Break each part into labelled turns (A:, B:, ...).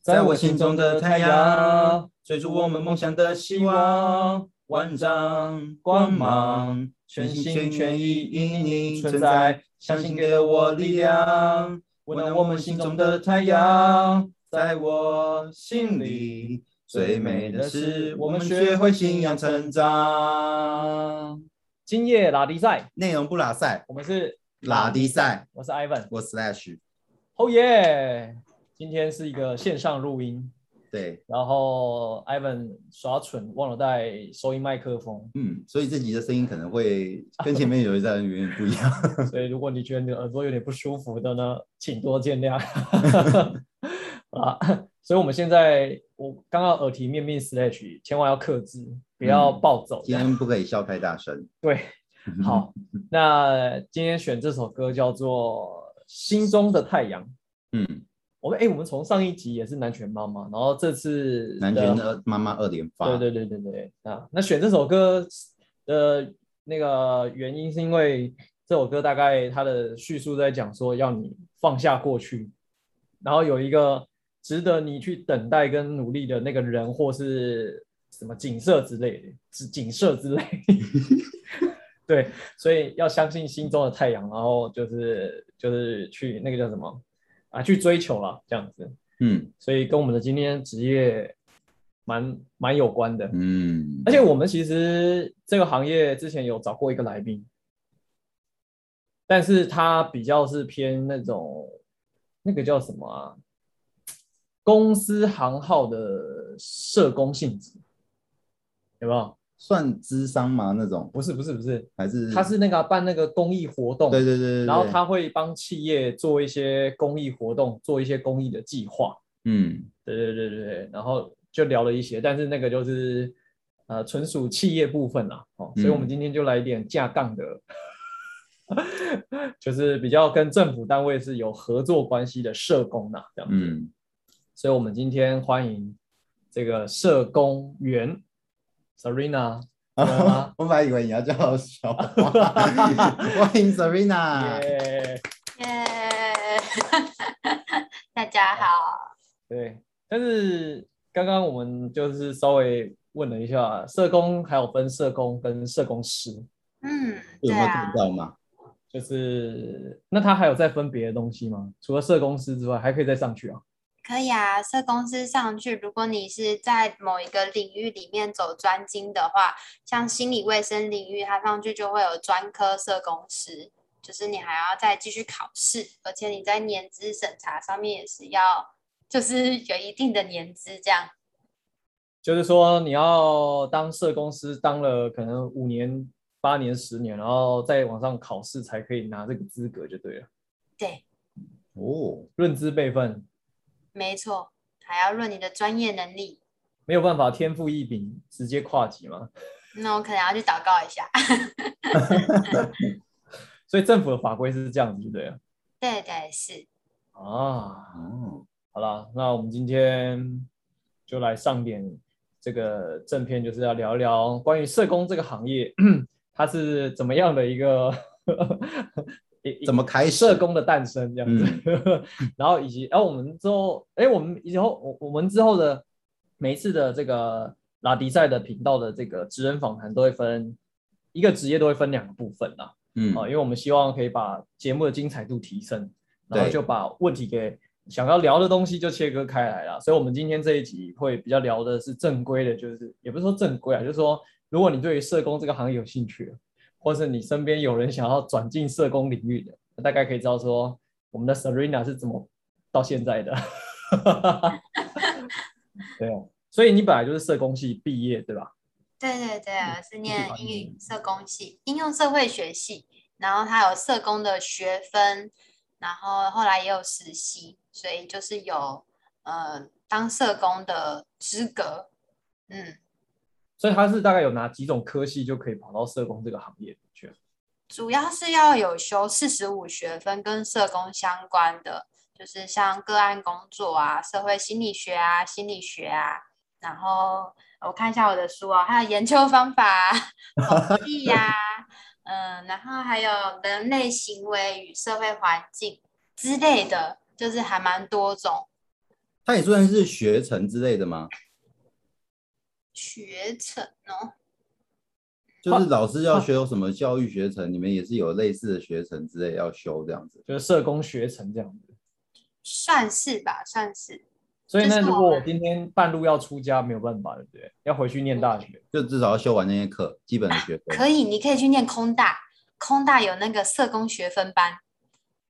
A: 在我心中的太阳，追逐我们梦想的希望，万丈光芒，全心全意因你存在，相信给了我力量，温暖我们心中的太阳，在我心里，最美的是我们学会信仰成长。
B: 今夜拉迪赛，
A: 内容不拉塞，
B: 我们是，
A: 拉迪赛，
B: 我是 Ivan，
A: 我 Oh slash，
B: 哦耶！今天是一个线上录音，
A: 对，，
B: 然后 Ivan 耍蠢忘了带收音麦克风
A: 嗯，所以这集的声音可能会跟前面有一段有点不一样。
B: 所以如果你觉得你的耳朵有点不舒服的呢，请多见谅。 啊，所以我们现在我刚刚耳提面命 slash，千万要克制，不要
A: 嗯
B: 暴走。
A: 今天不可以笑太大声。嗯
B: 对，好，那今天选这首歌叫做《心中的太阳》。
A: 嗯，
B: 我们哎、我们从上一集也是南拳妈妈，然后这次
A: 南
B: 的
A: 拳二妈妈二连发，
B: 对对对对对啊！那选这首歌的那个原因是因为这首歌大概它的叙述在讲说要你放下过去，然后有一个值得你去等待跟努力的那个人或是什么景色之类的，景景色之类。 对，所以要相信心中的太阳，然后就是就是去那个叫什么啊，去追求了这样子。
A: 嗯
B: 所以跟我们的今天职业蛮蛮有关的。
A: 嗯，
B: 而且我们其实这个行业之前有找过一个来宾，但是他比较是偏那种那个叫什么啊，公司行号的社工性质，有没有？
A: 算智商吗？那种
B: 不是不是不是，
A: 还是
B: 他是那个啊、办那个公益活动，
A: 对对对对，
B: 然后
A: 对
B: 他会帮企业做一些公益活动，做一些公益的计划。
A: 嗯
B: 对对对对对，然后就聊了一些，但是那个就是呃纯属企业部分啦，哦，
A: 嗯
B: 所以我们今天就来一点架杠的， 就是比较跟政府单位是有合作关系的社工呐、这样子。
A: 嗯
B: 所以我们今天欢迎这个社工员 Serena，对
A: 啊
B: 啊
A: 我本来以为你要叫小花，欢迎 Serena。
B: 耶，
C: 耶 大家好，
B: 对，但是刚刚我们就是稍微问了一下，社工还有分社工跟社工师，
C: 嗯，
A: 有
C: 对
A: 没有
C: 啊
A: 听，到嘛？
B: 就是那他还有再分别的东西吗？除了社公司之外，还可以再上去啊？
C: 可以啊。社公司上去，如果你是在某一个领域里面走专精的话，像心理卫生领域，它上去就会有专科社工师，就是你还要再继续考试，而且你在年资审查上面也是要，就是有一定的年资这样。
B: 就是说你要当社公司当了可能五年、八年、十年，然后再往上考试才可以拿这个资格就对了，
C: 对，
A: 哦，
B: 论资辈分
C: 没错，还要论你的专业能力。
B: 没有办法天赋异禀直接跨级嘛，
C: 那我可能要去祷告一下。
B: 所以政府的法规是这样子就对了
C: 对对是。
B: 啊。
A: 哦，
B: 好啦，那我们今天就来上点这个正片，就是要聊一聊关于社工这个行业， 它是怎么样的一个 一一
A: 怎么开始嗯
B: 社工的诞生这样子， 然后以及，然后我们之后，哎，我们以后我我们之后的每一次的这个拉迪赛的频道的这个职人访谈都会分一个职业都会分两个部分啦，
A: 嗯
B: 啊，因为我们希望可以把节目的精彩度提升，然后
A: 对
B: 就把问题给想要聊的东西就切割开来了。所以，我们今天这一集会比较聊的是正规的，就是也不是说正规啊，就是说如果你对于社工这个行业有兴趣，或是你身边有人想要转进社工领域的，大概可以知道说我们的 Serena 是怎么到现在的。 对啊，所以你本来就是社工系毕业对吧？
C: 对对对，我是念
B: 管
C: 英语社工系，应用社会学系，然后它有社工的学分，然后后来也有实习，所以就是有呃当社工的资格。嗯，
B: 所以他是大概有哪几种科系就可以跑到社工这个行业里去了？啊
C: 主要是要有修四十五学分跟社工相关的，就是像个案工作啊、社会心理学啊、心理学啊，然后我看一下我的书啊，还有研究方法啊、统计呀、嗯，然后还有人类行为与社会环境之类的，就是还蛮多种。
A: 它也算是学程之类的吗？
C: 学程哦，
A: 就是老师要修什么教育学程，你们也是有类似的学程之类要修这样子。
B: 就是社工学成这样子。
C: 算是吧，算是。
B: 所以呢，
C: 就是
B: 如
C: 我
B: 果我
C: 们
B: 今天半路要出家，没有办法，对不对？要回去念大学，
A: 就至少要修完那些课，基本的学分。
C: 可以，你可以去念空大，空大有那个社工学分班。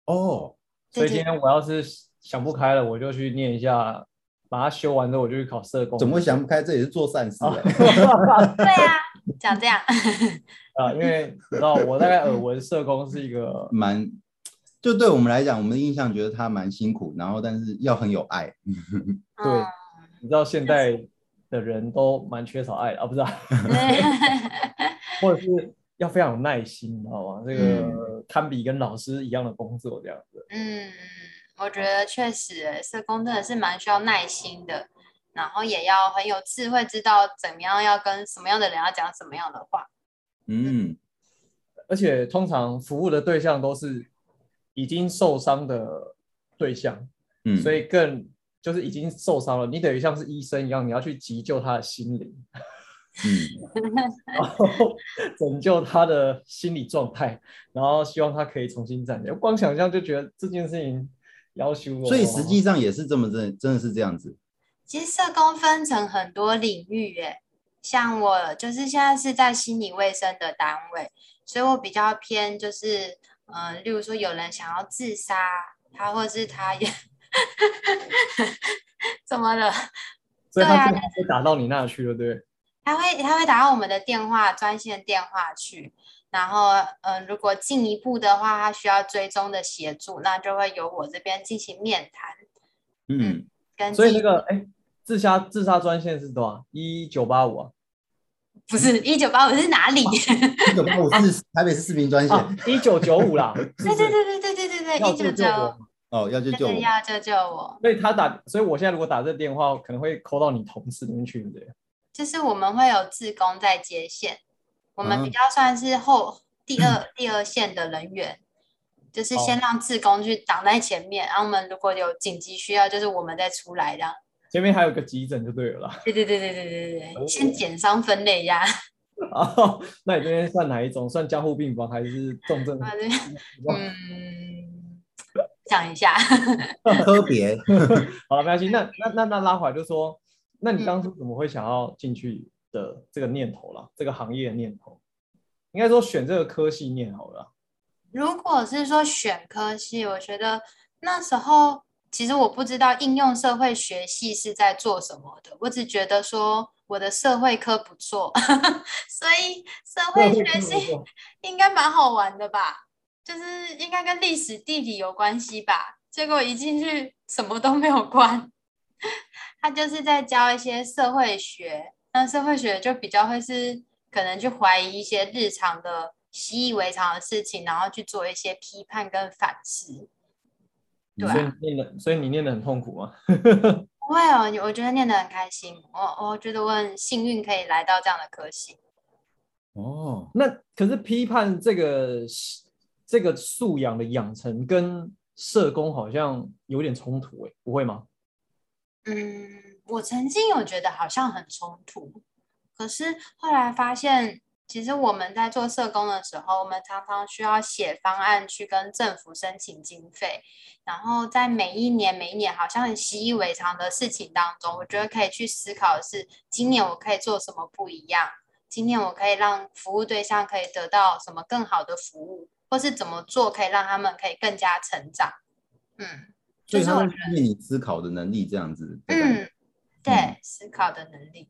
A: 哦，
B: 所以
C: 对
B: 今
C: 对
B: 天我要是想不开了，我就去念一下，把它修完之后，我就去考社工。
A: 怎么会想不开？这也是做善事、欸。
C: 对啊，讲这样，
B: 啊？因为你知道，我大概耳闻社工是一个，
A: 蛮，就对我们来讲，我们的印象觉得他蛮辛苦，然后但是要很有爱。
B: 对
C: 嗯，
B: 你知道现代的人都蛮缺少爱的啊，不是、啊，
C: 嗯
B: 或者是要非常有耐心，你知道吗？这个
A: 嗯
B: 堪比跟老师一样的工作这样子。
C: 嗯，我觉得确实欸，社工真的是蛮需要耐心的，然后也要很有智慧，知道怎么样要跟什么样的人要讲什么样的话。
A: 嗯，
B: 而且通常服务的对象都是已经受伤的对象，
A: 嗯，
B: 所
A: 以
B: 以更就是已经受伤了，你等于像是医生一样，你要去急救他的心灵，
A: 嗯，
B: 然后拯救他的心理状态，然后希望他可以重新站起来。光想象就觉得这件事情要求我，
A: 所以实际上也是这么真，真的是这样子。
C: 其实社工分成很多领域耶，像我就是现在是在心理卫生的单位，所以我比较偏就是，嗯、例如说有人想要自杀，他或是他也 怎么了？
B: 所以他
C: 对啊
B: 最后会打到你那去了，对不对？
C: 他会他会打到我们的电话专线电话去，然后嗯，如果进一步的话，他需要追踪的协助，那就会由我这边进行面谈
A: 嗯，
C: 跟
B: 所以那
C: 进
B: 个哎，自杀自杀专线是多少？一九八五啊，
C: 不是一九八五是哪里？
B: 哦
A: 一九八五 是台北市市民专线、
B: 啊，一九九五啦，是不是
C: 对对对对对对对对，
B: 要
C: 一九
B: 救救
C: 九
B: 我。
A: 哦，要去救我
C: 对，。要救救我！
B: 所以他打，所以我现在如果打这电话，可能会扣到你同事里面去，对不对？
C: 就是我们会有志工在接线，我们
A: 嗯
C: 比较算是后第二、 第二线的人员，就是
B: 哦
C: 先让志工去挡在前面，然后我们如果有紧急需要，就是我们再出来这样。
B: 前面还有个急诊就对了啦。
C: 对对对对对对对
B: 哦
C: 对，先减伤分类呀，
B: 啊，那你这边算哪一种？算加护病房还是重症？
C: 反正嗯，想一下，
A: 科别，
B: 好了，没关系。那那那那拉回来就说，那你当初怎么会想要进去的这个念头啦？这个行业的念头，应该说选这个科系念好了啦。
C: 如果是说选科系，我觉得那时候其实我不知道应用社会学系是在做什么的，我只觉得说我的社会科不错， 所以社会学系应该蛮好玩的吧，就是应该跟历史地理有关系吧。结果一进去什么都没有关， 他就是在教一些社会学，那社会学就比较会是可能去怀疑一些日常的习以为常的事情，然后去做一些批判跟反思。对
B: 所以
C: 啊
B: 你念的，所以你念的很痛苦吗？
C: 不会哦，我觉得念得很开心，我我觉得我很幸运可以来到这样的科系。
A: 哦，
B: 那可是批判这个这个素养的养成跟社工好像有点冲突、欸，不会吗？
C: 嗯，我曾经有觉得好像很冲突，可是后来发现，其实我们在做社工的时候，我们常常需要写方案去跟政府申请经费，然后在每一年每一年好像很习以为常的事情当中，我觉得可以去思考的是，今年我可以做什么不一样，今年我可以让服务对象可以得到什么更好的服务，或是怎么做可以让他们可以更加成长。嗯，
A: 所
C: 就
A: 以
C: 是
A: 他
C: 我
A: 们
C: 觉
A: 训练你思考的能力这样子。
C: 得，嗯，对
A: 嗯，
C: 思考的能力。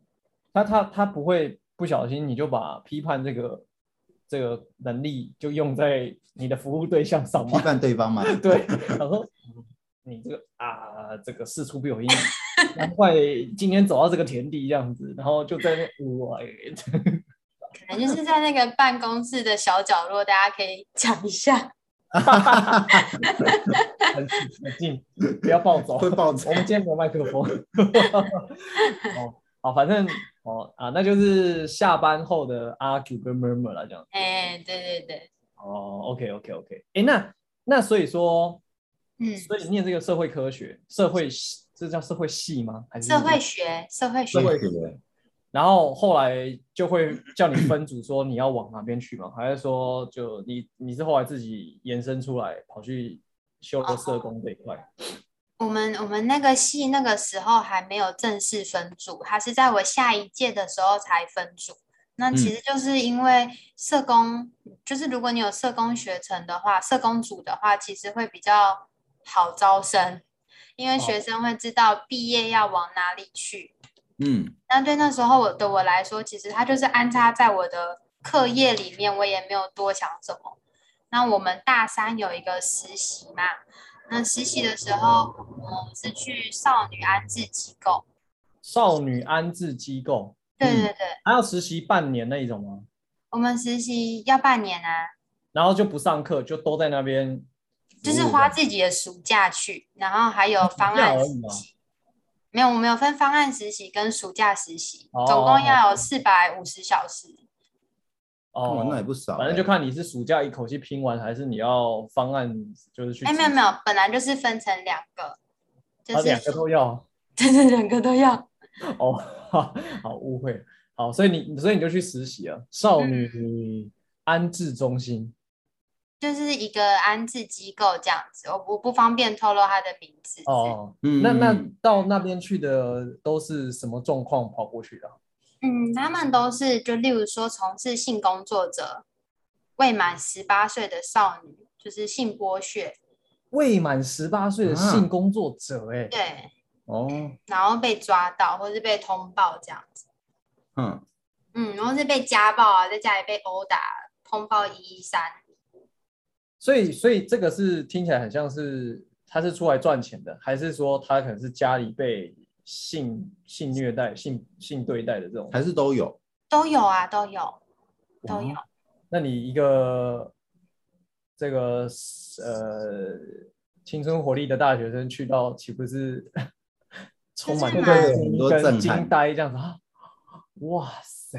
B: 他他他不会不小心你就把批判这个这个能力就用在你的服务对象上
A: 批
B: 吗？
A: 判对方嘛。
B: 对，然后你这个啊，这个事出必有因，难怪今天走到这个田地这样子，然后就在那边我、哎
C: 可能就是在那个办公室的小角落，大家可以讲 一下。
B: 很很近，不要暴走，
A: 会暴 走
B: 我们今天没有麦克风。哦，好，反正哦啊，那就是下班后的 argue 跟 murmur 啦，这样。
C: 哎、对对对，
B: 哦，OK OK OK，哎，那那所以说，
C: 嗯，
B: 所以念这个社会科学、社会系这叫社会系吗？还是
C: 社会学，社会学
A: 社，会学，
B: 然后后来就会叫你分组，说你要往哪边去嘛，还是说就你你是后来自己延伸出来跑去修了社工这一块？
C: 我们我们那个系那个时候还没有正式分组，它是在我下一届的时候才分组。
A: 嗯
C: 那其实就是因为社工，就是如果你有社工学程的话，社工组的话，其实会比较好招生，因
A: 哦
C: 为学生会知道毕业要往哪里去。
A: 嗯，
C: 那对那时候我的我来说，其实它就是安插在我的课业里面，我也没有多想什么。那我们大三有一个实习嘛，那实习的时候，我是去少女安置机构，
B: 少女安置机构，
C: 对
A: 嗯
C: 对对，
B: 还要实习半年那一种吗？
C: 我们实习要半年啊，
B: 然后就不上课，就都在那边服务这
C: 就
B: 样，
C: 是花自己的暑假去，然后还有方
B: 嗯假
C: 案
B: 而
C: 实
B: 已吗
C: 习。没有，我们有分方案实习跟暑假实习，
B: 哦
C: 总共要有四百五十小时。
A: 哇，那也
B: 哦，
A: 不少欸，
B: 反正就看你是暑假一口气拼完，还是你要方案就是去。
C: 哎，没有没有，本来就是分成两个，就
B: 啊，
C: 是
B: 两个都要
C: 对对两个都要。
B: 哦， 好误会，好，所以你所以你就去实习了，少女安置中心。
C: 就是一个安置机构这样子，我不我不方便透露它的名字。
B: 哦，
A: 嗯，
B: 那那
A: 嗯
B: 到那边去的都是什么状况跑过去的啊？
C: 嗯，他们都是就例如说从事性工作者，未满十八岁的少女，就是性剥削，
B: 未满十八岁的
A: 啊
B: 性工作者、哎、
C: 对，
A: 哦，
C: 然后被抓到或是被通报这样子，
A: 嗯，
C: 嗯，然后是被家暴啊，在家里被殴打，通报一一三，
B: 所以所以这个是听起来很像是他是出来赚钱的，还是说他可能是家里被性性虐待、性性对待的这种？
A: 还是都有，
C: 都有啊，都有，都有。
B: 那你一个这个呃青春活力的大学生去到，岂不是 充满
C: 就是
B: 震
C: 蛮
B: 惊
A: 很多
B: 跟
A: 震撼
B: 惊呆这样子啊？哇塞！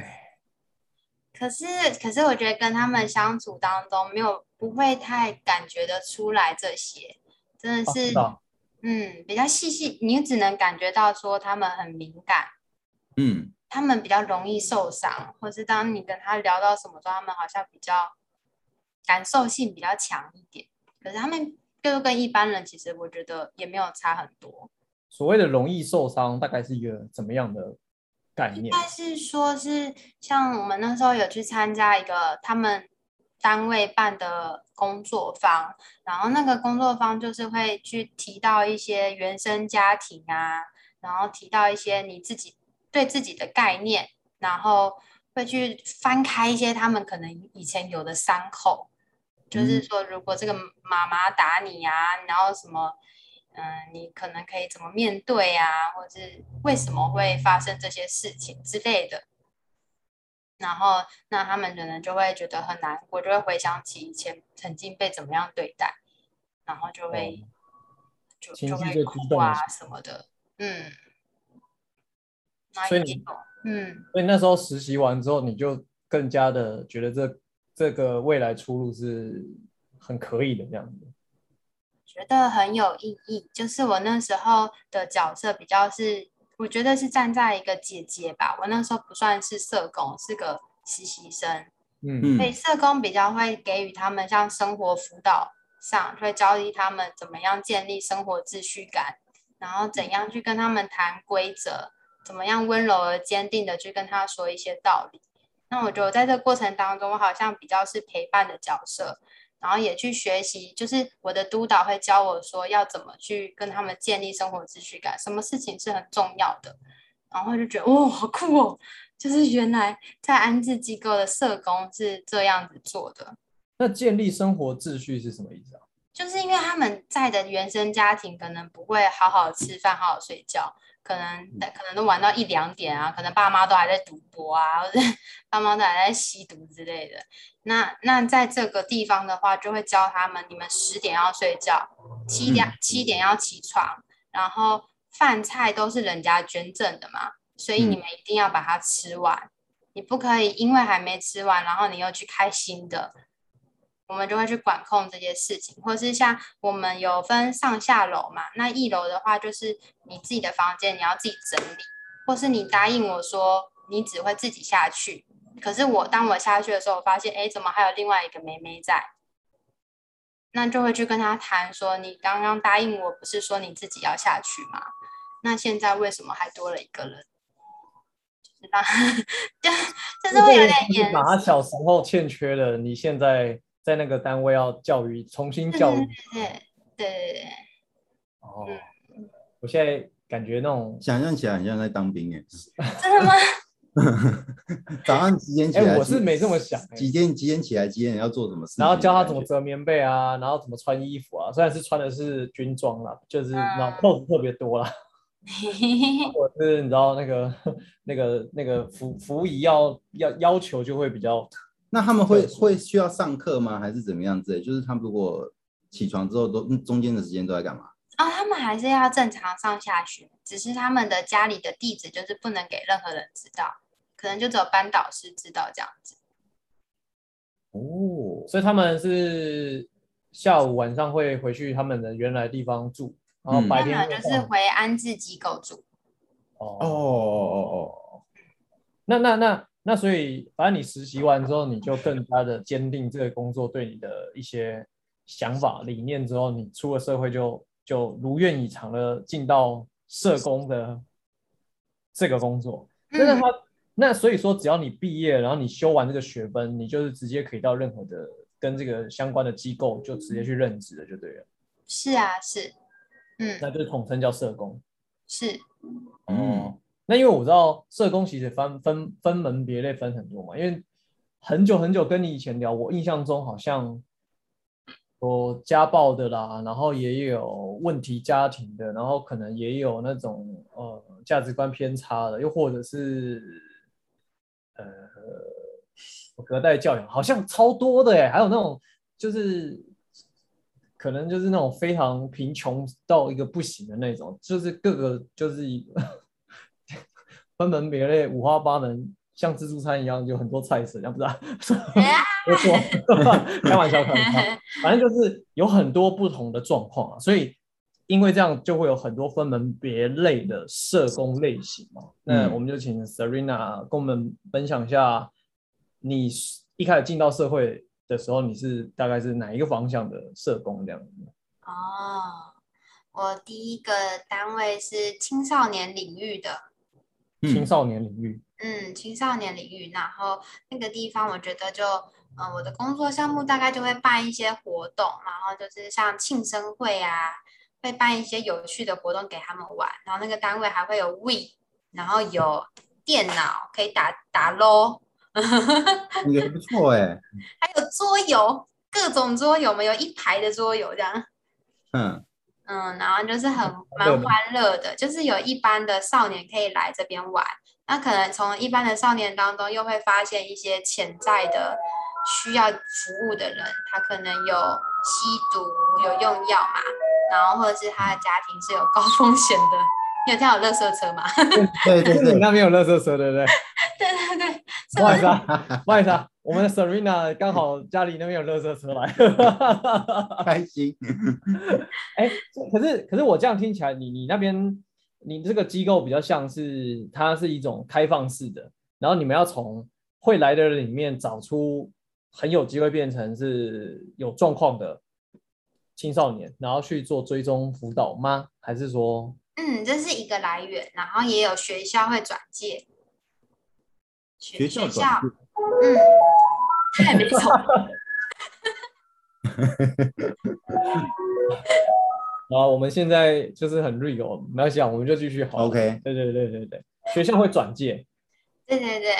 C: 可是，可是我觉得跟他们相处当中，没有不会太感觉得出来这些，真的
B: 啊
C: 是，
B: 知道
C: 嗯，比较细细，你只能感觉到说他们很敏感，
A: 嗯，
C: 他们比较容易受伤，或是当你跟他聊到什么时候，他们好像比较感受性比较强一点。可是他们就跟一般人，其实我觉得也没有差很多。
B: 所谓的容易受伤，大概是一个怎么样的概念？
C: 但是说是像我们那时候有去参加一个他们单位办的工作坊，然后那个工作坊就是会去提到一些原生家庭啊，然后提到一些你自己对自己的概念，然后会去翻开一些他们可能以前有的伤口，就是
A: 嗯
C: 说如果这个妈妈打你啊，然后什么，嗯、你可能可以怎么面对啊，或是为什么会发生这些事情之类的。然后，那他们可能就会觉得很难过，就会回想起以前曾经被怎么样对待，然后就会、就
B: 哦情
C: 就
B: 绪
C: 会
B: 最激
C: 哭
B: 动的
C: 啊
B: 时
C: 什么的，嗯，那
B: 所以
C: 一
B: 你
C: 定有，嗯，
B: 所以那时候实习完之后，你就更加的觉得这这个未来出路是很可以的这样子。
C: 觉得很有意义。就是我那时候的角色比较是，我觉得是站在一个姐姐吧。我那时候不算是社工，是个实习生，
B: 嗯，
A: 嗯
C: 所以社工比较会给予他们像生活辅导上，会教育他们怎么样建立生活秩序感，然后怎样去跟他们谈规则，怎么样温柔而坚定的去跟他说一些道理。那我觉得我在这个过程当中，我好像比较是陪伴的角色，然后也去学习，就是我的督导会教我说要怎么去跟他们建立生活秩序感，什么事情是很重要的，然后就觉得哦，好酷哦，就是原来在安置机构的社工是这样子做的，
B: 那建立生活秩序是什么意思啊？
C: 就是因为他们在的原生家庭可能不会好好吃饭、好好睡觉，可能可能都玩到一两点啊，可能爸妈都还在赌博啊，或者 爸妈都还在吸毒之类的。那那在这个地方的话，就会教他们，你们十点要睡觉，七点、七点要起床，然后饭菜都是人家捐赠的嘛，所以你
A: 嗯
C: 们一定要把它吃完，你不可以因为还没吃完，然后你又去开新的。我们就会去管控这些事情，或是像我们有分上下楼嘛，那一楼的话就是你自己的房间你要自己整理，或是你答应我说你只会自己下去，可是我当我下去的时候，我发现哎，诶怎么还有另外一个妹妹在？那就会去跟他谈说，你刚刚答应我不是说你自己要下去吗？那现在为什么还多了一个人？就是让， 就就是会有点严
B: 把他小时候欠缺的，你现在在那个单位要教育，重新教
C: 嗯
B: 育。
C: 对对对对，
B: 哦，我现在感觉那种，
A: 想象起来很像在当 兵哎、
C: 真的吗？
A: 早上几点起
B: 哎、
A: 来？
B: 我是没这么想、哎
A: 几点几点起来？几点要做什么事情？
B: 然后教他怎么折棉被啊，然后怎么穿衣服啊，虽然是穿的是军装啦，就是然后
C: 嗯
B: 扣子特别多啦。 或者是你知道那个那个那个服服仪要要要求就会比较，
A: 那他们会
B: 特殊
A: 会需要上课吗？还是怎么样之类？就是他们如果起床之后都嗯中间的时间都在干嘛？
C: 啊、他们还是要正常上下学，只是他们的家里的地址就是不能给任何人知道，可能就只有班导师知道这样子。
A: 哦，
B: 所以他们是下午晚上会回去他们的原来地方住，然后
A: 嗯
B: 白
C: 他
B: 天
C: 们
B: 会
C: 就是
B: 放啊
C: 回安置机构住。
A: 哦
B: 哦，
A: 哦
B: 那那那那所以反正你实习完之后，你就更加的坚定这个工作对你的一些想法理念之后，你出了社会就就如愿以偿的进到社工的这个工作。那那他
C: 嗯
B: 那所以说，只要你毕业，然后你修完这个学分，你就是直接可以到任何的跟这个相关的机构就直接去任职了，就对了。
C: 是啊，是，嗯，
B: 那就是统称叫社工。
C: 是，
A: 哦哦，嗯，
B: 那因为我知道社工其实分分分门别类分很多嘛，因为很久很久跟你以前聊，我印象中好像有家暴的啦，然后也有问题家庭的，然后可能也有那种呃价值观偏差的，又或者是呃隔代教养，好像超多的哎，还有那种就是可能就是那种非常贫穷到一个不行的那种，就是各个就是一 分门别类、五花八门，像自助餐一样，有很多菜色，这样不是、啊？ 没错，开玩笑，开玩笑，反正就是有很多不同的状况啊，所以。因为这样就会有很多分门别类的社工类型嘛。那
A: 嗯
B: 我们就请 Serena 跟我们分享一下，你是一开始进到社会的时候，你是大概是哪一个方向的社工这样子？
C: 哦，我第一个单位是青少年领域的，
A: 嗯
B: 青少年领 域，
C: 嗯，青少年领域，然后那个地方我觉得就，嗯、我的工作项目大概就会办一些活动，然后就是像庆生会啊，会办一些有趣的活动给他们玩，然后那个单位还会有 We，然后有电脑可以打打 LO，
A: 感觉不错哎，
C: 还有桌游，各种桌游，我们有一排的桌游这样。
A: 嗯，
C: 嗯，然后就是很
B: 乐
C: 蛮
B: 的
C: 欢乐的，就是有一般的少年可以来这边玩，那可能从一般的少年当中又会发现一些潜在的需要服务的人，他可能有吸毒、有用药嘛，然后或者是他的家庭是有高风险的。你有听到有垃圾车吗？
A: 对对
B: 你
A: 对，
B: 那边有乐色车对不对？
C: 对对对，
B: 不好意思 啊，不好意思啊，我们的 Serena 刚好家里那边有乐色车来。
A: 开心，
B: 哎，这可是可是我这样听起来，你你那边你这个机构比较像是它是一种开放式的，然后你们要从会来的人里面找出很有机会变成是有状况的青少年，然后去做追踪辅导吗？还是说
C: 嗯，这是一个来源，然后也有学校会转介，学
A: 学校转介
C: 嗯，太没错。
B: 啊，我们现在就是很 real，没关系啊，我们就继续好了。
A: OK
B: 对对对对对，学校会转介，
C: 对对对，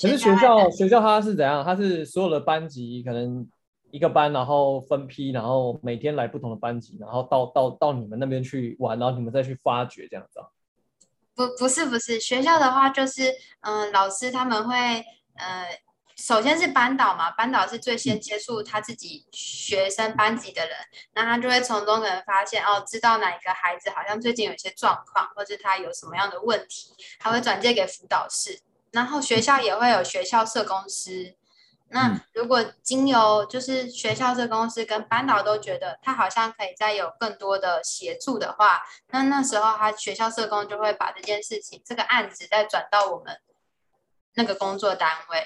B: 可是
C: 学
B: 学
C: 校
B: 校学校它是怎样？它是所有的班级可能一个班，然后分批，然后每天来不同的班级，然后到到到你们那边去玩，然后你们再去发掘这样子啊。
C: 不不是不是学校的话，就是嗯、呃老师他们会呃，首先是班导嘛，班导是最先接触他自己学生班级的人，那他就会从中可能发现哦，知道哪一个孩子好像最近有一些状况，或者他有什么样的问题，他会转介给辅导室，然后学校也会有学校社工师，那
A: 嗯
C: 如果经由就是学校社工师跟班导都觉得他好像可以再有更多的协助的话，那那时候他学校社工就会把这件事情这个案子再转到我们那个工作单位，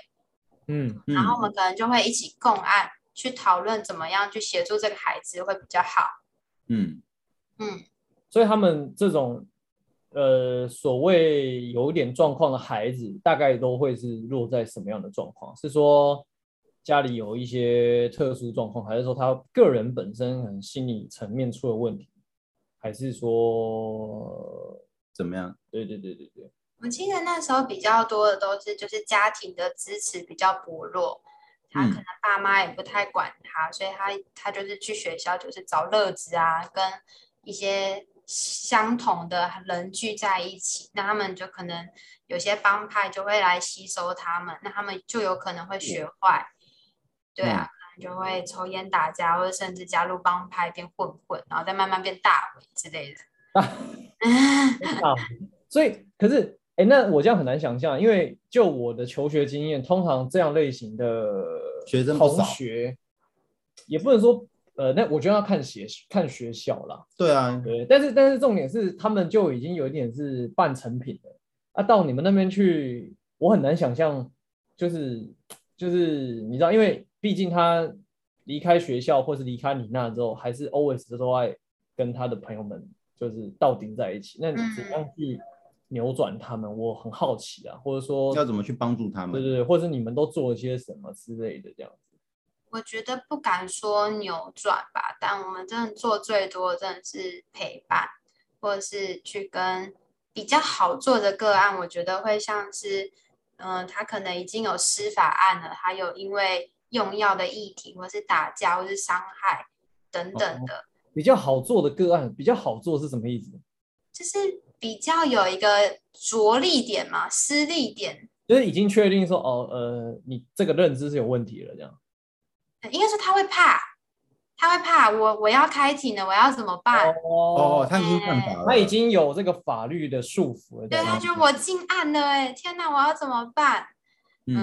B: 嗯
A: 嗯
C: 然后我们可能就会一起共案去讨论怎么样去协助这个孩子会比较好。
A: 嗯
C: 嗯，
B: 所以他们这种呃所谓有点状况的孩子，大概都会是落在什么样的状况？是说家里有一些特殊状况，还是说他个人本身可能心理层面出了问题，还是说？
A: 怎么样？
B: 对对对对对，
C: 我记得那时候比较多的都是就是家庭的支持比较薄弱，他可
A: 嗯
C: 能爸妈也不太管他，所以他他就是去学校就是找乐子啊，跟一些相同的人聚在一起，那他们就可能有些帮派就会来吸收他们，那他们就有可能会学坏，对啊，可能就会抽烟打架，或者甚至加入帮派变混混，然后再慢慢变大尾之类的。
B: 啊，所以可是，哎，那我这样很难想象，因为就我的求学经验，通常这样类型的
A: 学生不
B: 同
A: 少
B: 学，也不能说，呃，那我觉得要看学看学校啦，
A: 对啊，
B: 对，但是但是重点是，他们就已经有一点是半成品了，啊，到你们那边去，我很难想象，就是就是你知道，因为毕竟他离开学校或是离开你那之后，还是 always 都爱跟他的朋友们就是倒钉在一起，那你怎样去扭转他们？我很好奇啊，或者说，
A: 要怎么去帮助
B: 对
A: 他们？
B: 对对，或者你们都做了些什么之类的这样子，
C: 我觉得不敢说扭转吧，但我们真的做最多的真的是陪伴，或者是去跟比较好做的个案，我觉得会像是，嗯、他可能已经有司法案了，还有因为用药的议题，或是打架，或是伤害等等的，
B: 比较好做的个案，比较好做是什么意思？
C: 就是比较有一个着力点嘛，施力点，
B: 就是已经确定说，哦，呃，你这个认知是有问题了，这样。
C: 呃应该说他会怕，他会怕我，我要开庭了，我要怎么办？
A: 哦，
B: 哦，
A: 他已经犯法了，
B: 他已经有这个法律的束缚了，
C: 对，
B: 这
C: 他
B: 样
C: 觉得我进案了、欸，哎，天哪，我要怎么办？嗯
A: 嗯，，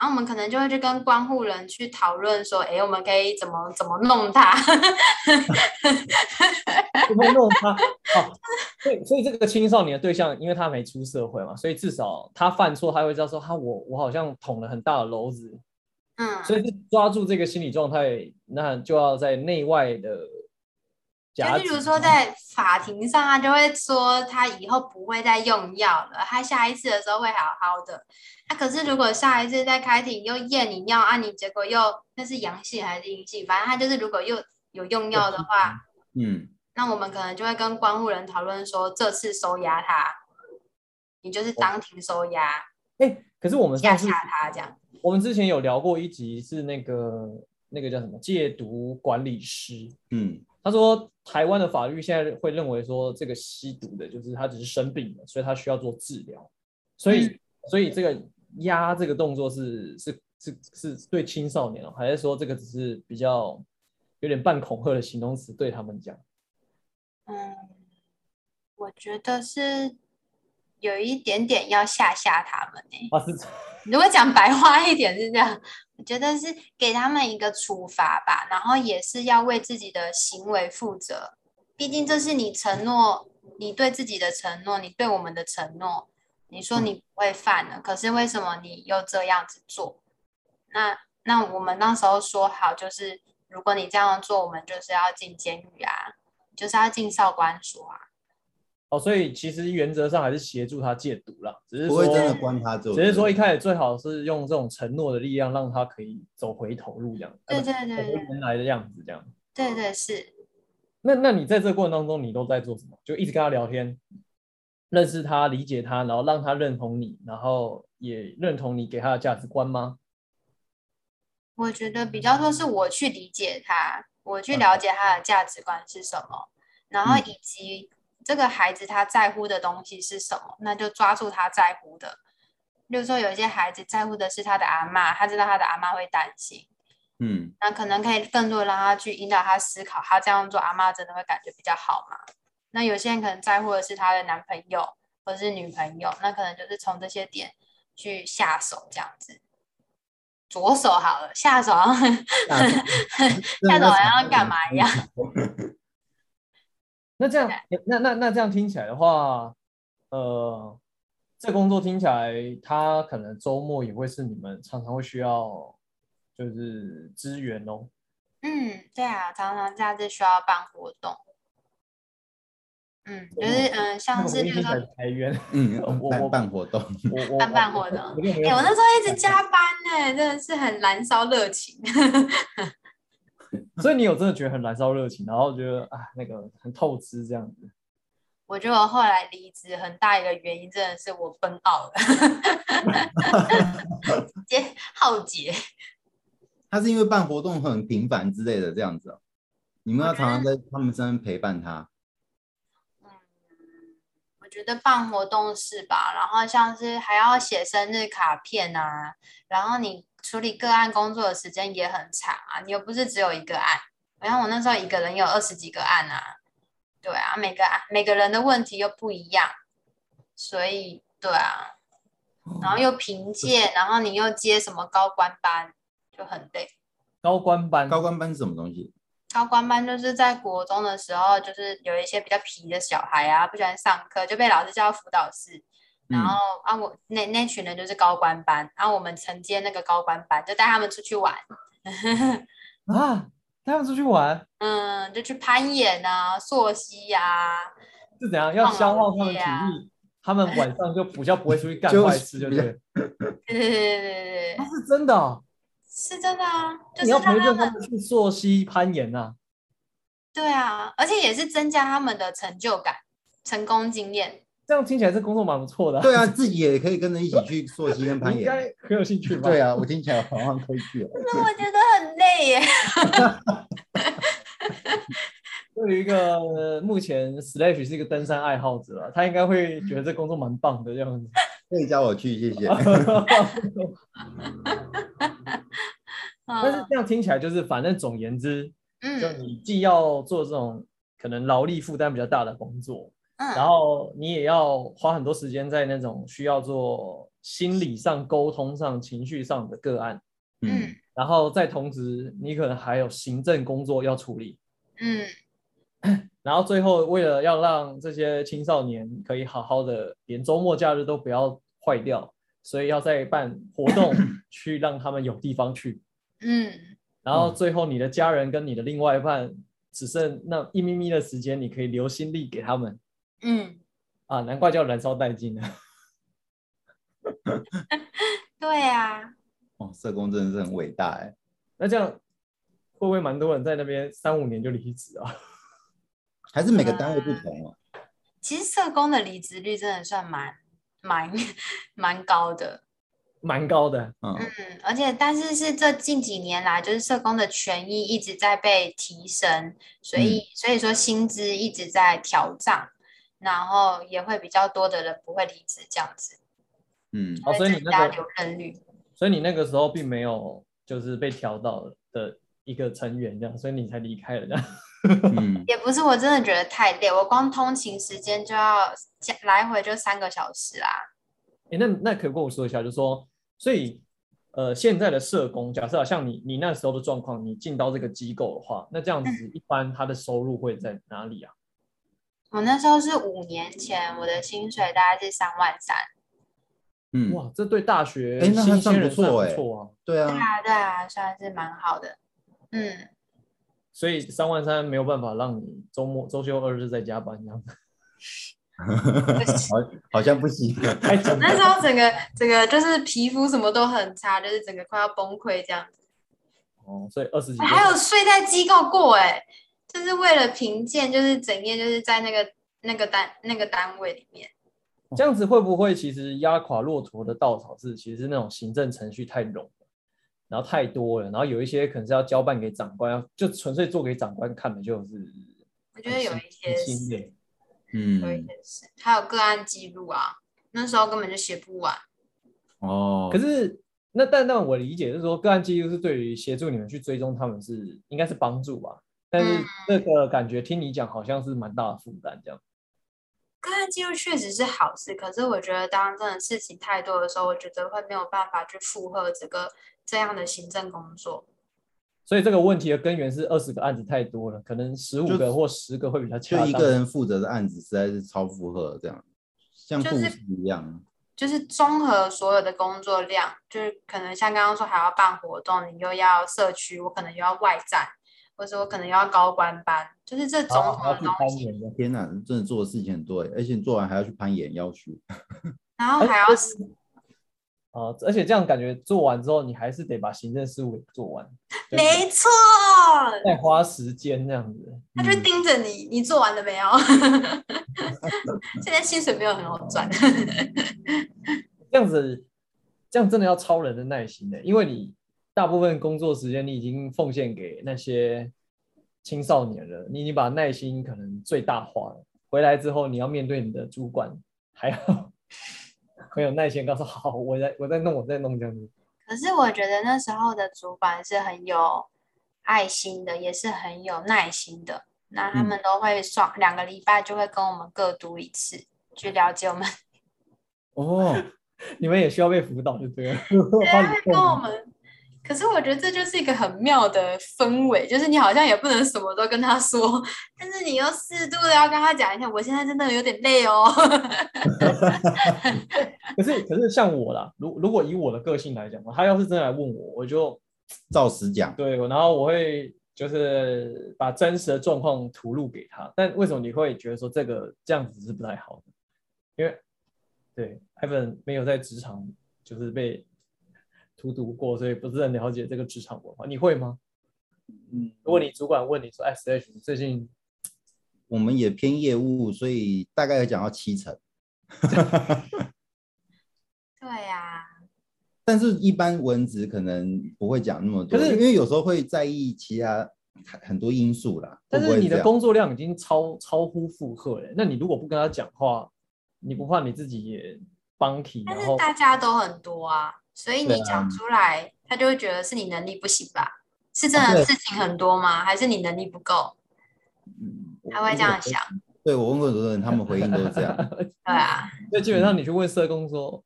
C: 然后我们可能就会去跟关护人去讨论说，哎，我们可以怎么怎么弄他？
B: 不会弄他。哦，所以所 以这个青少年的对象，因为他没出社会嘛，所以至少他犯错，他会知道说，他我我好像捅了很大的篓子，
C: 嗯，
B: 所以是抓住这个心理状态，那就要在内外的夹
C: 就
B: 击。
C: 例如说在法庭上，啊他就会说他以后不会再用药了，他下一次的时候会好好的。那、可是如果下一次再开庭又验你尿，啊，你结果又那是阳性还是阴性，反正他就是如果又有用药的话，
A: 嗯，
C: 那我们可能就会跟关护人讨论说，这次收押他，你就是当庭收押，
B: 哎，可是我们
C: 吓
B: 上次
C: 吓他这样。
B: 我们之前有聊过一集是那个那个叫什么戒毒管理师，
A: 嗯，
B: 他说台湾的法律现在会认为说这个吸毒的，就是他只是生病了，所以他需要做治疗，所
A: 嗯
B: 以、所以这个压这个动作是是是是是对青少年哦，还是说这个只是比较有点半恐吓的形容词对他们讲？
C: 嗯，我觉得是有一点点要吓吓他们呢、
B: 啊，是
C: 如果讲白话一点是这样，我觉得是给他们一个处罚吧，然后也是要为自己的行为负责。毕竟这是你承诺，你对自己的承诺，你对我们的承诺。你说你不会犯了，可是为什么你又这样子做？那那我们那时候说好，就是如果你这样做，我们就是要进监狱啊，就是要进少管所啊。
B: 哦，所以其实原则上还是协助他戒毒啦，只是
A: 不会真的
B: 说。
A: 关他走，
B: 只是说一开始最好是用这种承诺的力量，让他可以走回头路这样，
C: 对对
B: 啊不
C: 对
B: 走回
C: 对
B: 原来的样子这样。
C: 对对是。
B: 那那你在这个过程当中，你都在做什么？就一直跟他聊天，认识他，理解他，然后让他认同你，然后也认同你给他的价值观吗？
C: 我觉得比较多是我去理解他，我去了解他的价值观是什么，然后
A: 嗯
C: 以及这个孩子他在乎的东西是什么，那就抓住他在乎的。例如说，有一些孩子在乎的是他的阿嬷，他知道他的阿嬷会担心，
A: 嗯
C: 那可能可以更多地让他去引导他思考，他这样做阿嬷真的会感觉比较好吗？那有些人可能在乎的是他的男朋友或是女朋友，那可能就是从这些点去下手这样子。左手好了，下手好像
B: 啊
C: 下手好像要干嘛一样。
B: 那这样，那那那这样听起来的话，呃，这工作听起来，它可能周末也会是你们常常会需要，就是支援哦。
C: 嗯，对啊，常常假日需要办活动。嗯，就是嗯，像是
B: 啊那
C: 就
B: 我
C: 是
B: 一
C: 说
B: 开始裁员，
A: 嗯，
B: 我
A: 办
B: 我
A: 办活动，
B: 我我
C: 办办活动。哎、
B: 我就没有
C: 我那时候一直加班呢、真的是很燃烧热情。
B: 所以你有真的觉得很燃烧热情，然后觉得啊那个很透支这样子。
C: 我觉得我后来离职很大一个原因真的是我奔傲了， 直接浩劫。
A: 他是因为办活动很频繁之类的这样子哦。你们要常常在他们身边陪伴他，
C: 嗯，我觉得办活动是吧？然后像是还要写生日卡片啊，然后你处理个案工作的时间也很长啊，你又不是只有一个案，然后我那时候一个人有二十几个案啊，对啊，每个案每个人的问题又不一样，所以对啊，然后又凭借，然后你又接什么高官班，就很累。
B: 高官班，
A: 高官班是什么东西？
C: 高官班就是在国中的时候，就是有一些比较皮的小孩啊，不喜欢上课，就被老师叫到辅导室。
B: 嗯
C: 然
A: 嗯
C: 后、啊，我那那群人就是高官班，然、后我们承接那个高官班，就带他们出去玩，
B: 啊，带他们出去玩
C: 嗯，就去攀岩啊、溯溪呀、啊，
B: 是怎样？要消耗他们体
C: 放老
B: 力，他们晚上就比较不会 出去干
A: 就
B: 坏事，就对了。
C: 对对对对对
B: 啊
C: 对，
B: 是真的哦，
C: 是真的啊，就
B: 你要
C: 是
B: 陪
C: 让他
B: 着
C: 们
B: 他们去溯溪攀岩啊。
C: 对啊，而且也是增加他们的成就感、成功 经验。
B: 这样听起来这工作蛮不错的、
A: 对啊，自己也可以跟着一起去溯溪跟
B: 你
A: 攀
B: 应
A: 岩。
B: 该很有兴趣吧？
A: 对啊，我听起来好像可以去哦。
C: 那我觉得很累耶。
B: 对于一个、呃目前 Slash 是一个登山爱好者啊，他应该会觉得这工作蛮棒的这 样子。
A: 可以叫我去，谢嗯谢。
C: 嗯
B: 但是
C: 嗯
B: 这样听起来就是，反正总言之，就
C: 嗯
B: 你既要做这种可能劳力负担比较大的工作，然
C: 嗯，
B: 后你也要花很多时间在那种需要做心理上、沟通上、情绪上的个案，
A: 嗯，
B: 然后再同时你可能还有行政工作要处理，
C: 嗯
B: 然后最后为了要让这些青少年可以好好的，连周末假日都不要坏掉，所以要再办活动去让他们有地方去，
C: 嗯，
B: 然后最后你的家人跟你的另外一半只剩那一咪咪的时间，你可以留心力给他们
C: 嗯，
B: 啊，难怪叫燃烧殆尽呢。
C: 对啊。
A: 哦，社工真的是很伟大哎。
B: 那这样会不会蛮多人在那边三五年就离职啊？
A: 还是每个单位不同哦。
C: 其实社工的离职率真的算蛮蛮 蛮高的，
B: 蛮高的，
A: 嗯，
C: 嗯，而且但是是这近几年来，就是社工的权益一直在被提升，所以、
B: 嗯
C: 所以说薪资一直在调涨，然后也会比较多的人不会离职这样子，
A: 嗯，
B: 哦，
C: 会
B: 所以你
C: 增加
B: 那
C: 留
B: 个，
C: 任率。
B: 所以你那个时候并没有就是被调到的一个成员这样，所以你才离开了这样。
A: 嗯，
C: 也不是，我真的觉得太累，我光通勤时间就要加来回就三个小时啦。
B: 哎，那那可以跟我说一下，就是说，所以呃，现在的社工，假设啊像你你那时候的状况，你进到这个机构的话，那这样
A: 嗯
B: 子一般他的收入会在哪里啊？
C: 我那时候是五年前，我的薪水大概是三万三。
A: 嗯，
B: 哇，这对大学
A: 诶那还
B: 新
A: 算
B: 鲜
A: 不
B: 人算
A: 错
B: 不
A: 诶
B: 错啊。
A: 对
C: 对
A: 啊，
C: 啊，对啊，算是蛮好的。嗯，
B: 所以三万三没有办法让你周末周休二日在家班这样。
A: 好，好像不行。 啊
B: 太紧
C: 那时候整个整个就是皮肤什么都很差，就是整个快要崩溃这样子。
B: 哦，所以二十几个
C: 还有睡在机构过哎、就是为了评鉴，就是整夜就是在那个那个单那个单位里面。
B: 这样子会不会其实压垮骆驼的稻草是，其实是那种行政程序太冗了，然后太多了，然后有一些可能是要交办给长官，要就纯粹做给长官看的，就是
C: 我觉得有一些
B: 很
C: 是
B: 心累。
C: 有一
A: 嗯，
C: 些是，还有个案记录啊，那时候根本就写不完。
A: 哦，
B: 可是那但但我理解是说，个案记录是对于协助你们去追踪他们是应该是帮助吧，但是
C: 嗯
B: 这个感觉听你讲好像是蛮大的负担这样。
C: 个案记录确实是好事，可是我觉得当真的事情太多的时候，我觉得会没有办法去负荷整个这样的行政工作。
B: 所以这个问题的根源是二十个案子太多了，可能十五个或十个会比较恰
A: 就
B: 当。
A: 一个人负责的案子实在是超负荷，这样像
C: 就
A: 护
C: 是
A: 士一样，啊
C: 就是综合所有的工作量，就是可能像刚刚说还要办活动，你又要社区，我可能又要外站，或者我可能又要高官班，就是这种
B: 好
C: 种
B: 好
C: 的
B: 去
C: 东
B: 攀
C: 西，
B: 岩的，
A: 天哪，真的做的事情很多耶，欸而且你做完还要去攀岩要求。
C: 然后哦还要
B: 哎啊，而且这样感觉做完之后，你还是得把行政事务给做完，就是
C: 没错，
B: 再花时间这样子。
C: 他就盯着你，你做完了没有？ 现在薪水没有很
B: 哦
C: 好赚，
B: 这样子，这样真的要超人的耐心的，因为你大部分工作时间你已经奉献给那些青少年了，你已经把耐心可能最大化了。回来之后，你要面对你的主管，还要 很有耐心地告诉好，我在我在弄，我在弄这样子。
C: 可是我觉得那时候的主管是很有爱心的，也是很有耐心的。那
B: 嗯
C: 他们都会双两个礼拜就会跟我们各读一次，去了解我们
A: 哦，
B: 你们也需要被辅导，就对了。
C: 他会跟我们。可是我觉得这就是一个很妙的氛围，就是你好像也不能什么都跟他说，但是你又适度的要跟他讲一下，我现在真的有点累哦。
B: 可是可是像我啦，如如果以我的个性来讲，他要是真的来问我，我就
A: 照实讲，
B: 对，然后我会就是把真实的状况吐露给他。但为什么你会觉得说这个这样子是不太好的？因为对 Evan 没有在职场就是被荼毒过，所以不是很了解这个职场文化。你会吗？
A: 嗯，
B: 如果你主管问你说，哎，Slash，你最近
A: 我们也偏业务，所以大概有讲到七成。
C: 对啊呀、
A: 但是，一般文职可能不会讲那么多，
B: 可是
A: 因为有时候会在意其他很很多因素啦。
B: 但
A: 会
B: 是
A: 不会
B: 你的
A: 这样
B: 工作量已经超超乎负荷了，欸那你如果不跟他讲话，你不怕你自己也帮体，
C: 但
B: 然
C: 是
B: 后
C: 大家都很多啊，所以
A: 对
C: 你
A: 啊
C: 讲出来，他就会觉得是你能力不行吧？是真的
A: 啊对
C: 事情很多吗？还是你能力不够？
A: 嗯我
C: 他会这样想。
A: 对我问过很多人，他们回应都是这样。
C: 对啊，
B: 所以基本上你去问社工说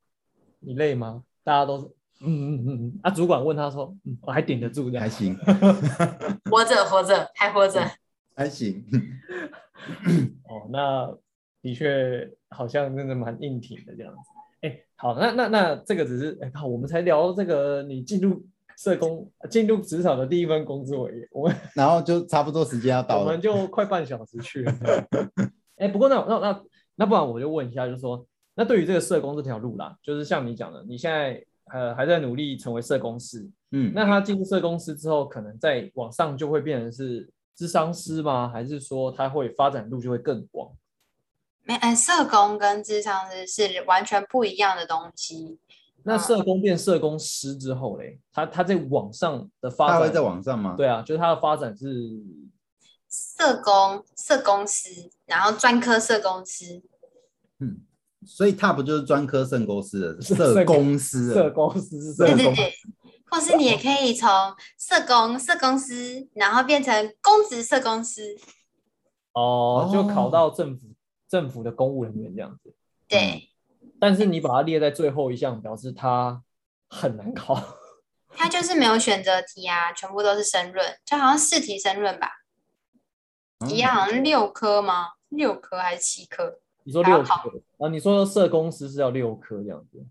B: 你累吗？大家都是嗯嗯嗯嗯，啊，主管问他说，嗯，我还顶得住这
A: 还
B: 样。
A: 行，
C: 活着活着还活着，
A: 还行。
B: 哦，那的确好像真的蛮硬挺的这样子。哎，好，那那那这个只是哎，靠，我们才聊这个你进入社工进入职场的第一份工作而已，我们
A: 然后就差不多时间要
B: 我
A: 到了
B: 们，就快半小时去了。 哎、不过那那那那不然我就问一下，就是说，那对于这个社工这条路啦，就是像你讲的，你现在呃还在努力成为社工师，
A: 嗯，
B: 那他进入社工师之后，可能在往上就会变成是智商师吗？还是说他会发展路就会更广？
C: 没哎，社工跟智商是是完全不一样的东西。
B: 那社工变社工师之后嘞，他他在往上的发
A: 他
B: 展
A: 会在网上吗？，
B: 对啊，就是他的发展是
C: 社工、社工师，然后专科社工师，
A: 嗯，所以他不就是专科社工师的
B: 社
A: 社工师
B: 社
A: 了？
B: 工师是
A: 社
C: 对
B: 社
C: 对
A: 工
C: 对，或是你也可以从社工、社工师，然后变成公职社工师，
B: 哦
A: 哦，
B: 就考到政府政府的公务人员这样子。
C: 对，
B: 但是你把它列在最后一项，表示它很难考。嗯
C: 它就是没有选择题啊，全部都是申论，就好像试题申论吧，
A: 嗯
C: 一样，好像六科吗？六科还是七科？
B: 你说六科啊？你说社公司是要六科这样子，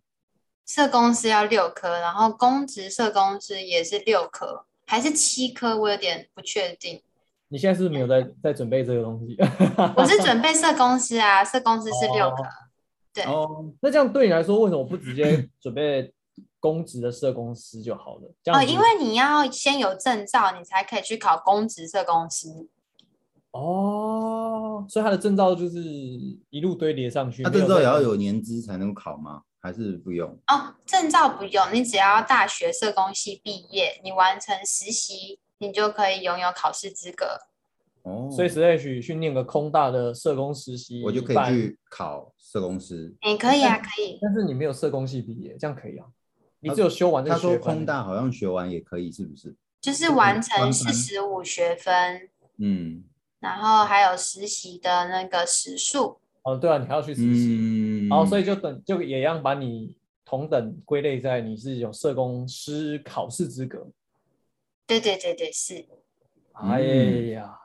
C: 社工师要六科，然后公职社工师也是六科，还是七科？我有点不确 定。
B: 你现在是不是没有在在准备这个东西？
C: 我是准备社工师啊，社工师是六科，对，
A: 哦，
B: 那这样对你来说，为什么不直 接准备公职的社公司就好了？这样
C: 哦，
B: 子
C: 因为你要先有证照，你才可以去考公职社公司。
B: 哦，所以他的证照就是一路堆叠上去。
A: 他
B: 没
A: 证照
B: 在
A: 也要有年资才能考吗？还是不用？
C: 哦，证照不用，你只要大学社工系毕业，你完成实习，你就可以拥有考试资格。
A: 哦，
B: 所以 Slash 去念个空大的社工实习，
A: 我就可以。去考社工师。
C: 你可以啊，可以。
B: 但是你没有社工系毕业，这样可以啊？你只有修完这
A: 他
B: 个
A: 说
B: 学分
A: 空大好像学完也可以，是不是？
C: 就是完
A: 完
C: 成
A: 成
C: 四十五学分，
A: 嗯
C: 然后还有实习的那个时数。
B: 哦，对啊，你还要去实习。
A: 嗯，
B: 然后所以就等就也一样把你同等归类在你是有社工师考试资格。
C: 对对对对，是。
B: 哎呀，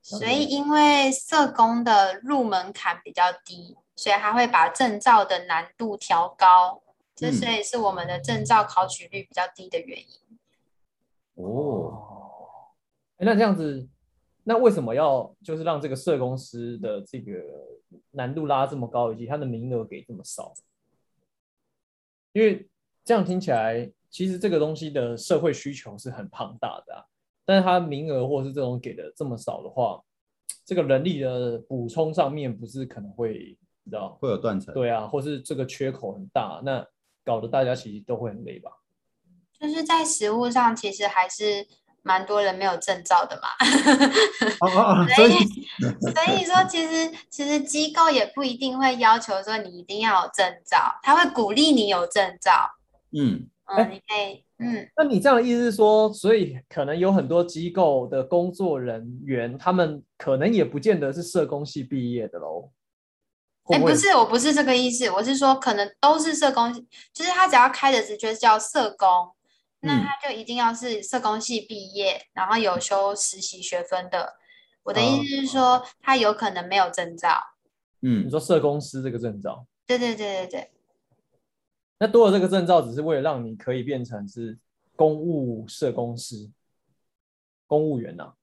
C: 所以因为社工的入门槛比较低，所以他会把证照的难度调高，这
A: 嗯
C: 所以是我们的证照考取率比较低的原因。
A: 哦，
B: 哎那这样子，那为什么要就是让这个社工师的这个难度拉这么高，以及他的名额给这么少？因为这样听起来，其实这个东西的社会需求是很庞大的啊，但是它名额或是这种给的这么少的话，这个人力的补充上面不是可能会你知道
A: 会有断层。
B: 对啊，或是这个缺口很大，那搞得大家其实都会很累吧？
C: 就是在实务上，其实还是蛮多人没有证照的嘛。
A: 哦哦，哦所以
C: 所以说，其实其实机构也不一定会要求说你一定要有证照，他会鼓励你有证照。
A: 嗯，
B: 哎
C: 嗯，你可以，嗯，
B: 那你这样的意思是说，所以可能有很多机构的工作人员，他们可能也不见得是社工系毕业的喽？会
C: 哎，
B: 会
C: 不是，我不是这个意思，我是说可能都是社工，就是他只要开的职缺叫社工，那
A: 嗯
C: 他就一定要是社工系毕业，然后有修实习学分的。我的意思是
B: 哦
C: 说，他有可能没有证照。
A: 嗯
B: 你，说社工师这个证照，
C: 对对对对对，
B: 那多了这个证照，只是为了让你可以变成是公务社工师、公务员呐、啊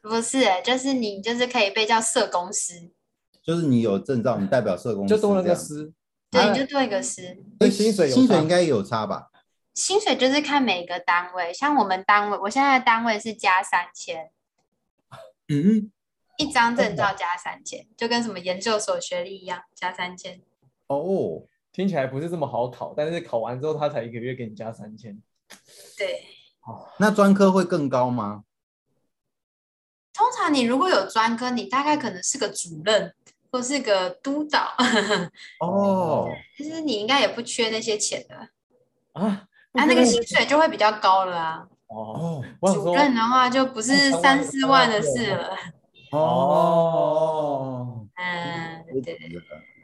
C: 不不是、就是你就是可以被叫社工师，
A: 就是你有证照，你代表社工
B: 就多了
A: 这
B: 个
A: 样
B: 师。
C: 对，
B: 哎
C: 你就多一个师。
A: 哎
B: 跟薪水有
A: 薪水
B: 差
A: 应该有差吧？
C: 薪水就是看每个单位，像我们单位，我现在的单位是加三千，
A: 嗯，
C: 一张证
B: 啊
C: 照加三千，就跟什么研究所学历一样，加三千。
A: 哦，
B: 听起来不是这么好考，但是考完之后他才一个月给你加三千。
C: 对，
A: 那专科会更高吗？
C: 通常你如果有专科，你大概可能是个主任或是个督导，
A: 哦，
C: 其实你应该也不缺那些钱的，
B: 啊，
C: 啊，那个薪水就会比较高了啊。
B: 哦，
A: 哦，
B: 我想
C: 主
B: 说，
C: 任的话就不是
B: 三万啊
C: 三四万的事了，
A: 哦，
C: 嗯，对对，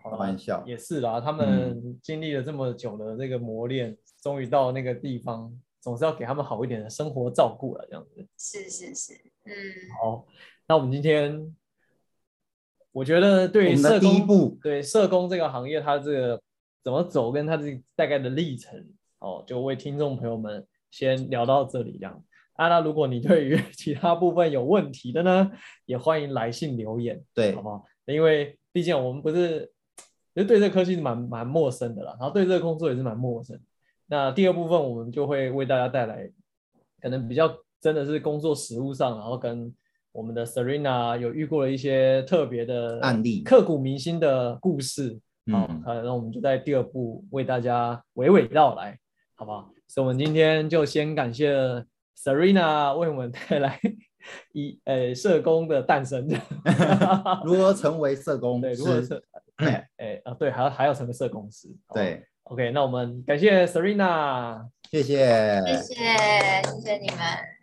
A: 开玩笑，
B: 也是啦，他们
A: 嗯
B: 经历了这么久的这个磨练，终于到那个地方，总是要给他们好一点的生活照顾了，这样子。
C: 是是是，嗯，
B: 好，那我们今天，我觉得
A: 我
B: 对于
A: 们
B: 社
A: 的第一
B: 工，
A: 步，
B: 对社工这个行业，它这个怎么走，跟它这个大概的历程，哦，就为听众朋友们先聊到这里，这样。啊，那如果你对于 其他部分有问题的呢，也欢迎来信留言。
A: 对
B: 好，不好？因为毕竟我们不是，就对这个科技是蛮蛮陌生的啦，然后对这个工作也是蛮陌生。那第二部分我们就会为大家带来，可能比较真的是工作实务上，然后跟我们的 Serena 有遇过了一些特别的
A: 案例
B: 刻骨铭心的故事。好，
A: 嗯，
B: 呃，那我们就在第二部为大家娓娓道来，好不好？所以，我们今天就先感谢 Serena 为我们带来 一呃社工的诞生。
A: 如何成为社工
B: 对，如果
A: 师？
B: 是哎哎啊，对，还要还要成为社哦公司。好吧
A: 对，
B: ，OK，那我们感谢 Serena。
A: 谢谢，
C: 谢谢谢谢你们。